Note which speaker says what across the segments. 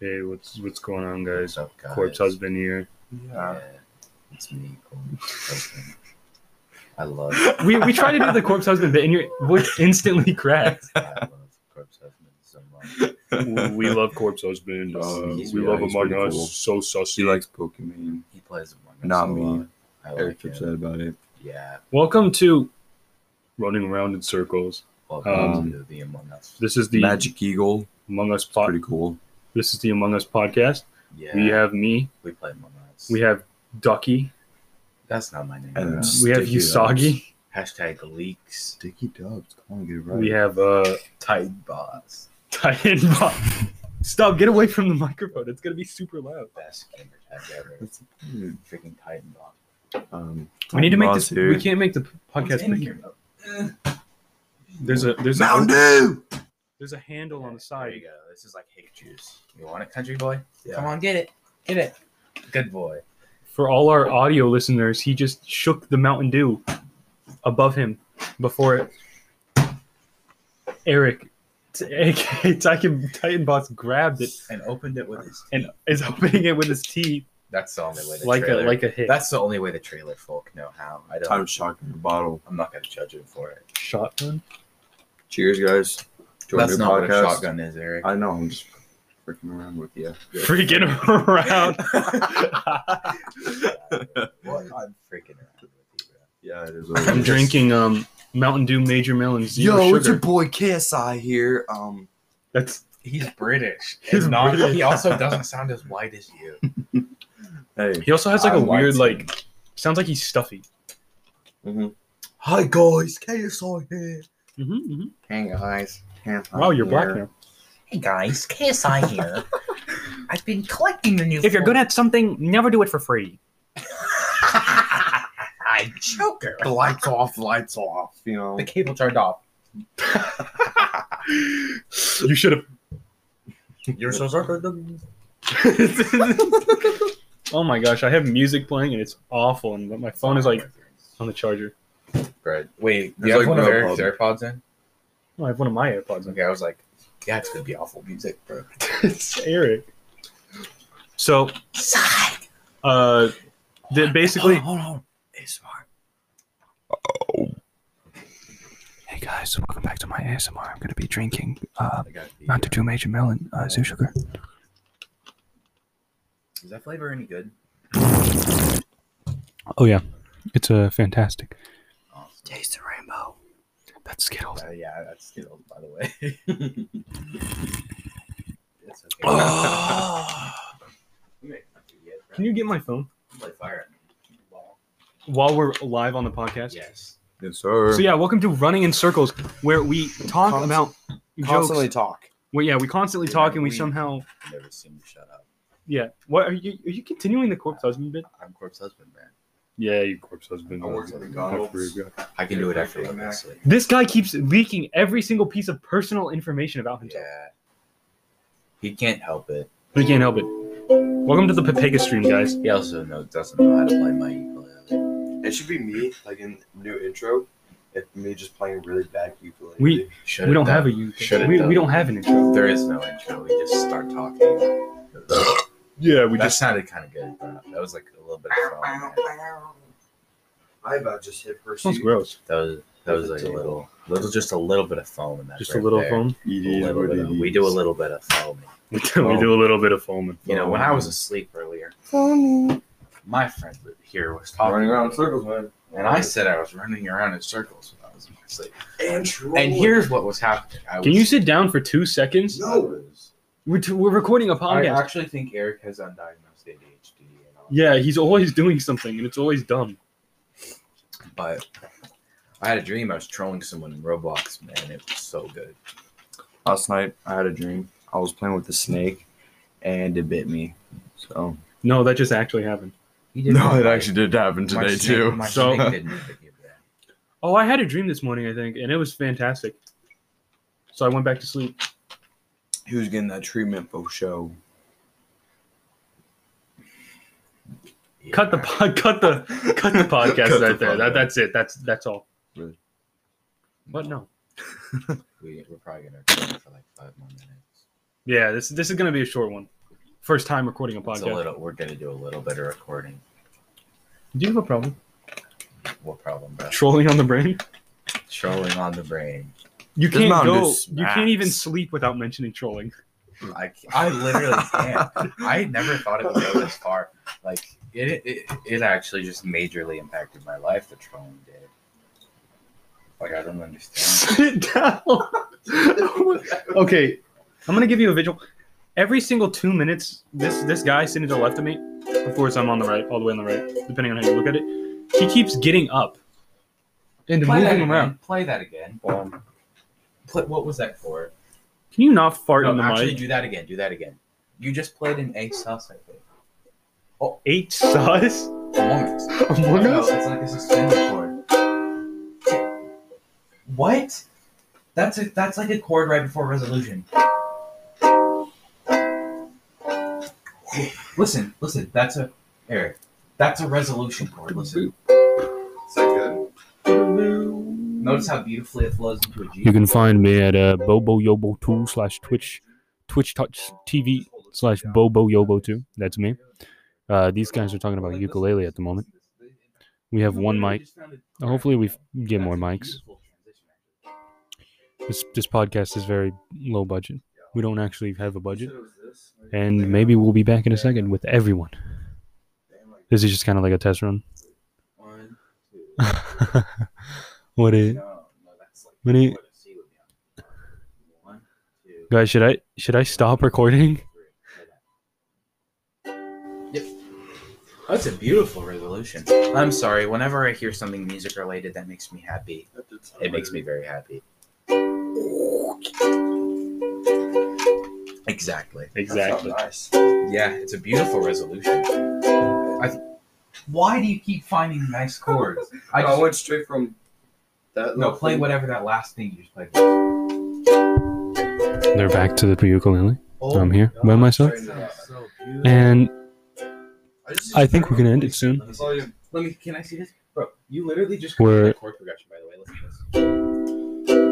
Speaker 1: Hey, what's what's going on, guys?
Speaker 2: What's up, guys?
Speaker 1: Corpse husband here.
Speaker 2: Yeah, it's me, Colton. Husband. I love,
Speaker 3: We, we try to do the corpse husband bit, and you're which instantly cracked.
Speaker 2: I love Corpse Husband so much.
Speaker 1: we love corpse husband. Uh,
Speaker 2: He's-
Speaker 1: we
Speaker 2: yeah,
Speaker 1: love
Speaker 4: he's
Speaker 1: among
Speaker 4: pretty
Speaker 1: us.
Speaker 4: cool.
Speaker 1: So sussy.
Speaker 4: She likes Pokemon.
Speaker 2: He plays Among Us
Speaker 4: Not
Speaker 2: a
Speaker 4: me.
Speaker 2: lot. I like
Speaker 4: Eric's
Speaker 2: him.
Speaker 4: upset about it.
Speaker 2: Yeah,
Speaker 3: Welcome to
Speaker 1: running around in circles.
Speaker 2: welcome
Speaker 4: Um,
Speaker 2: to the Among Us.
Speaker 1: This is the
Speaker 4: Magic Eagle,
Speaker 1: Among Us pod.
Speaker 4: pretty cool.
Speaker 1: This is the Among Us podcast.
Speaker 2: Yeah,
Speaker 1: We have me.
Speaker 2: we play Among Us.
Speaker 1: We have Ducky.
Speaker 2: That's not my name.
Speaker 4: And
Speaker 2: bro.
Speaker 4: it's-
Speaker 1: We have
Speaker 4: Sticky
Speaker 1: Usagi.
Speaker 2: Hashtag leaks.
Speaker 4: Sticky Dubs, come on, get it
Speaker 1: We have uh
Speaker 2: Tight boss.
Speaker 1: Titan Bob. Stop! Get away from the microphone. It's gonna be super loud.
Speaker 2: Best gamer tag ever.
Speaker 4: That's weird.
Speaker 2: Freaking Titan boss.
Speaker 4: Um,
Speaker 3: We need to make
Speaker 4: Ross
Speaker 3: this.
Speaker 4: here.
Speaker 3: We can't make the podcast.
Speaker 2: What's in
Speaker 3: Big.
Speaker 2: here, though?
Speaker 3: There's a there's
Speaker 4: Mountain
Speaker 3: a
Speaker 4: Dew.
Speaker 3: there's a handle on the
Speaker 2: There you
Speaker 3: side.
Speaker 2: go. This is like hate juice. You want it, country boy?
Speaker 4: Yeah.
Speaker 2: Come on, get it. Get it. Good boy.
Speaker 3: For all our audio listeners, he just shook the Mountain Dew above him before it. Eric, t- aka Titan, Titan Boss, grabbed it
Speaker 2: And opened it with his.
Speaker 3: and is opening it with his teeth
Speaker 2: That's the only way. The
Speaker 3: like
Speaker 2: trailer,
Speaker 3: a like a hit.
Speaker 2: That's the only way the trailer folk know how. I
Speaker 4: Time
Speaker 2: don't.
Speaker 4: shock in the bottle.
Speaker 2: I'm not gonna judge him for it.
Speaker 3: shotgun.
Speaker 4: Cheers, guys. Join
Speaker 2: That's
Speaker 4: your
Speaker 2: not what a
Speaker 4: podcast.
Speaker 2: shotgun is, Eric.
Speaker 4: I know. I'm just freaking around with you.
Speaker 3: Freaking around.
Speaker 2: what I'm freaking around with you, bro.
Speaker 4: Yeah, it is.
Speaker 1: I'm drinking um Mountain Dew Major Melon Zero
Speaker 4: Yo, it's
Speaker 1: Sugar.
Speaker 4: your boy KSI here. Um,
Speaker 3: That's
Speaker 2: He's British.
Speaker 3: He's
Speaker 2: and not,
Speaker 3: British.
Speaker 2: He also doesn't sound as white as you.
Speaker 4: hey.
Speaker 3: he also has like a
Speaker 4: I liked
Speaker 3: weird
Speaker 4: him.
Speaker 3: like sounds like he's stuffy.
Speaker 4: Hi guys, KSI here.
Speaker 3: Mm-hmm, mm-hmm.
Speaker 4: Hey guys.
Speaker 3: Wow, Oh, you're black now.
Speaker 5: Hey guys, KSI here. I've been collecting your new.
Speaker 3: If you're good at something, never do it for free.
Speaker 5: I'm Joker.
Speaker 4: The lights off, lights off. You know.
Speaker 5: The cable turned off.
Speaker 3: You should have.
Speaker 2: You're so
Speaker 3: Oh my gosh, I have music playing and it's awful, and my phone is like on the charger.
Speaker 2: Right. Wait, you
Speaker 4: It's
Speaker 2: have
Speaker 4: like
Speaker 2: one of
Speaker 4: Grubhub.
Speaker 2: Eric's AirPods in?
Speaker 3: Oh, I have one of my AirPods. in.
Speaker 2: Okay, I was like, yeah, it's gonna be awful music, bro.
Speaker 3: it's Eric. So,
Speaker 5: Side.
Speaker 3: uh, the, basically,
Speaker 4: Oh.
Speaker 5: hold on. ASMR.
Speaker 6: Hey guys, welcome back to my ASMR. I'm going to be drinking uh,
Speaker 2: I gotta be-
Speaker 6: Mountain Dew Major Melon uh, Zoo Sugar.
Speaker 2: Is that flavor any good?
Speaker 6: Oh yeah, it's uh, fantastic.
Speaker 2: Awesome.
Speaker 6: Taste the rainbow. That's Skittles.
Speaker 2: Uh, yeah, that's Skittles, by the way. it's okay.
Speaker 6: Oh!
Speaker 3: can you get my phone
Speaker 2: play fire?
Speaker 3: while we're live on the podcast?
Speaker 2: Yes.
Speaker 4: Yes, sir.
Speaker 3: So yeah, welcome to Running in Circles, where we talk
Speaker 4: Const-
Speaker 3: about
Speaker 4: Constantly
Speaker 3: jokes.
Speaker 4: talk.
Speaker 3: Well, yeah, we constantly
Speaker 2: Yeah,
Speaker 3: talk, and we
Speaker 2: we-
Speaker 3: somehow,
Speaker 2: Never seem to shut up.
Speaker 3: yeah. What are you? Are you continuing the corpse husband bit?
Speaker 2: I'm Corp's husband, man.
Speaker 1: Yeah, you corpse husband. uh,
Speaker 4: I worked at McDonald's.
Speaker 2: I can
Speaker 4: Yeah,
Speaker 2: do it
Speaker 4: I
Speaker 2: after
Speaker 4: think I'm
Speaker 2: obviously.
Speaker 3: This guy keeps leaking every single piece of personal information about himself.
Speaker 2: Yeah. He can't help it.
Speaker 3: We can't help it. Welcome to the Pepega stream, guys.
Speaker 2: He also know, doesn't know how to play my ukulele.
Speaker 4: It should be me, like in new intro, if me just playing really bad ukulele.
Speaker 3: We-
Speaker 2: Should
Speaker 3: We don't have a you.
Speaker 2: Shut it
Speaker 3: We,
Speaker 2: down.
Speaker 3: we don't have an intro.
Speaker 2: There is no intro. We just start talking.
Speaker 1: Yeah, we
Speaker 2: that
Speaker 1: just
Speaker 2: sounded kind of good. Bro. That was like a little bit of fun. man.
Speaker 4: I about just hit her
Speaker 3: Sounds gross.
Speaker 2: That was that was like a little, little, just a little bit of foam in that.
Speaker 3: Just a
Speaker 2: right
Speaker 3: little
Speaker 2: there.
Speaker 3: foam.
Speaker 7: E
Speaker 2: A little bit of- we do a little bit of foaming.
Speaker 1: we do a little bit of foaming.
Speaker 2: You know, when I was asleep earlier, my friend here was talking,
Speaker 4: running around in circles, man.
Speaker 2: and I said I was running around in circles when I was asleep.
Speaker 4: and
Speaker 2: And here's what was happening. I
Speaker 3: Can
Speaker 2: was,
Speaker 3: you sit down for two seconds?
Speaker 2: I was-
Speaker 3: We're, t- we're recording a
Speaker 2: I
Speaker 3: podcast.
Speaker 2: actually think Eric has undiagnosed ADHD. And all.
Speaker 3: Yeah, he's always doing something, and it's always dumb.
Speaker 2: But I had a dream. I was trolling someone in Roblox, man. It was so good.
Speaker 4: last night I had a dream. I was playing with a snake, and it bit me. So
Speaker 3: No, that just actually happened.
Speaker 2: He
Speaker 4: did happen
Speaker 2: My snake- Oh My
Speaker 3: So-
Speaker 2: snake didn't even give that.
Speaker 3: Oh, I had a dream this morning, I think, and it was fantastic. So I went back to sleep.
Speaker 4: He was getting that treatment for show.
Speaker 2: Yeah.
Speaker 3: Cut the pod. Cut the cut the podcast
Speaker 4: Cut the
Speaker 3: right there. That,
Speaker 4: podcast.
Speaker 3: that's it. That's that's all.
Speaker 4: Really?
Speaker 3: But no.
Speaker 2: We, we're probably gonna record for like five more minutes.
Speaker 3: Yeah, this this is gonna be a short one. first time recording a
Speaker 2: It's
Speaker 3: podcast.
Speaker 2: a little. We're gonna do a little bit of recording.
Speaker 3: Do you have a problem?
Speaker 2: What problem, bro?
Speaker 3: Trolling on the brain.
Speaker 2: Trolling on the brain.
Speaker 3: You
Speaker 4: This
Speaker 3: can't
Speaker 4: mountain
Speaker 3: go.
Speaker 4: is
Speaker 3: You can't even
Speaker 4: smacks.
Speaker 3: sleep without mentioning trolling.
Speaker 2: I, I literally can't. I never thought it would go this far. Like it, it, it actually just majorly impacted my life. The trolling did. Like I don't understand.
Speaker 3: Sit down. okay, I'm gonna give you a visual. Every single two minutes, this this guy sitting to the left of me, of course I'm on the right, all the way on the right, depending on how you look at it. He keeps getting up and
Speaker 2: Play that
Speaker 3: moving
Speaker 2: again.
Speaker 3: around.
Speaker 2: Play that again.
Speaker 4: Well,
Speaker 2: Play, what was that for?
Speaker 3: Can you not fart on
Speaker 2: No,
Speaker 3: the
Speaker 2: actually,
Speaker 3: mic?
Speaker 2: do that again. Do that again. You just played an A sus, I think.
Speaker 3: Eight sus
Speaker 2: Among Us.
Speaker 3: among
Speaker 2: No,
Speaker 3: us.
Speaker 2: it's like a suspended chord. What? That's a, that's like a chord right before resolution. Listen, listen. That's a Eric. That's a resolution chord. Listen.
Speaker 7: Is that good?
Speaker 2: Notice how beautifully it flows into a G.
Speaker 8: You can find me at uh, boboyobo2 slash twitch, twitch touch TV slash boboyobo2. That's me. Uh, these guys are talking about ukulele at the moment. We have one mic. Hopefully, we get more mics. This this podcast is very low budget. We don't actually have a budget, and maybe we'll be back in a second with everyone. This is just kind of like a test run. what is many guys? Should I should I stop recording?
Speaker 2: That's Oh, a beautiful resolution. I'm sorry. Whenever I hear something music related that makes me happy, it makes me very happy. Exactly.
Speaker 3: Exactly.
Speaker 4: nice.
Speaker 2: Yeah, it's a beautiful resolution. I th- Why do you keep finding nice chords? I
Speaker 7: I,
Speaker 2: just,
Speaker 7: went straight from that.
Speaker 2: Oh, no play whatever that last thing you just played.
Speaker 8: They're back to the ukulele.
Speaker 2: Oh,
Speaker 8: I'm here by myself, and I think we're gonna end it soon.
Speaker 2: Let me, see this. Let me. Can I see this, bro? You literally just
Speaker 8: We're-
Speaker 2: created a chord progression. By the way, listen to this.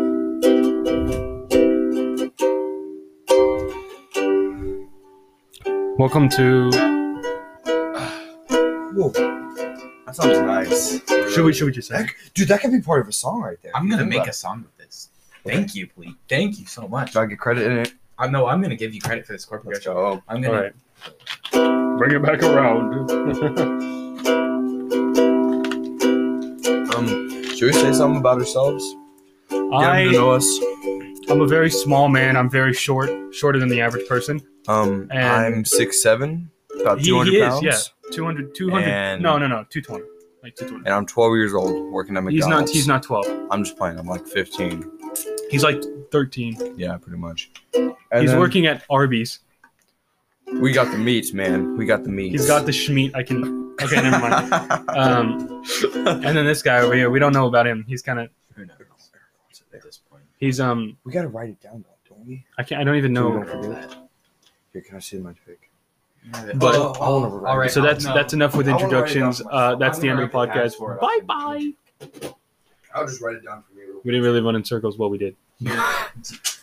Speaker 8: Welcome to.
Speaker 4: That sounds nice.
Speaker 3: Should we should we just say?
Speaker 4: That- dude, that could be part of a song right there.
Speaker 2: I'm gonna
Speaker 4: Think
Speaker 2: make
Speaker 4: about
Speaker 2: a song with this. Thank you, please. Thank you so
Speaker 4: it.
Speaker 2: much.
Speaker 4: Do I get credit in it?
Speaker 2: I know. I'm gonna give you credit for this chord
Speaker 4: Let's
Speaker 2: progression.
Speaker 4: go.
Speaker 2: I'm
Speaker 3: All
Speaker 2: gonna.
Speaker 3: right, bring it back around.
Speaker 4: Um, should we say something about ourselves? Get 'em to
Speaker 3: I
Speaker 4: know us.
Speaker 3: I'm a very small man. I'm very short, shorter than the average person.
Speaker 4: Um,
Speaker 3: And-
Speaker 4: I'm six seven, about
Speaker 3: He-
Speaker 4: two hundred
Speaker 3: he is,
Speaker 4: pounds,
Speaker 3: yeah. 200, 200
Speaker 4: And-
Speaker 3: No, no, no. Two twenty. Like two twenty.
Speaker 4: and I'm twelve years old, working at
Speaker 3: He's not.
Speaker 4: McDonald's.
Speaker 3: He's not twelve.
Speaker 4: I'm just playing. I'm like fifteen.
Speaker 3: He's like 13.
Speaker 4: Yeah, pretty much. And
Speaker 3: He's
Speaker 4: then
Speaker 3: working at Arby's.
Speaker 4: We got the meats, man. We got the meats.
Speaker 3: He's got the schmeat. I can. Okay, never mind. Um, and then this guy over here, we don't know about him. He's kind of.
Speaker 2: Who knows? At this point.
Speaker 3: He's um.
Speaker 4: we gotta write it down though, don't we?
Speaker 3: I can't. I don't even know.
Speaker 4: Don't forget. Here, can I see my pick?
Speaker 3: But-
Speaker 2: Oh,
Speaker 4: I wanna write
Speaker 2: all right.
Speaker 3: So that's
Speaker 2: no.
Speaker 3: that's enough with
Speaker 4: I wanna write it down
Speaker 3: introductions.
Speaker 4: myself.
Speaker 3: Uh, that's
Speaker 2: I'm
Speaker 3: the end
Speaker 2: gonna
Speaker 3: of the
Speaker 2: write the tags
Speaker 3: podcast.
Speaker 2: for it.
Speaker 3: Bye bye.
Speaker 7: I'll just write it down for me real quick.
Speaker 3: We didn't really run in circles. Well, we did.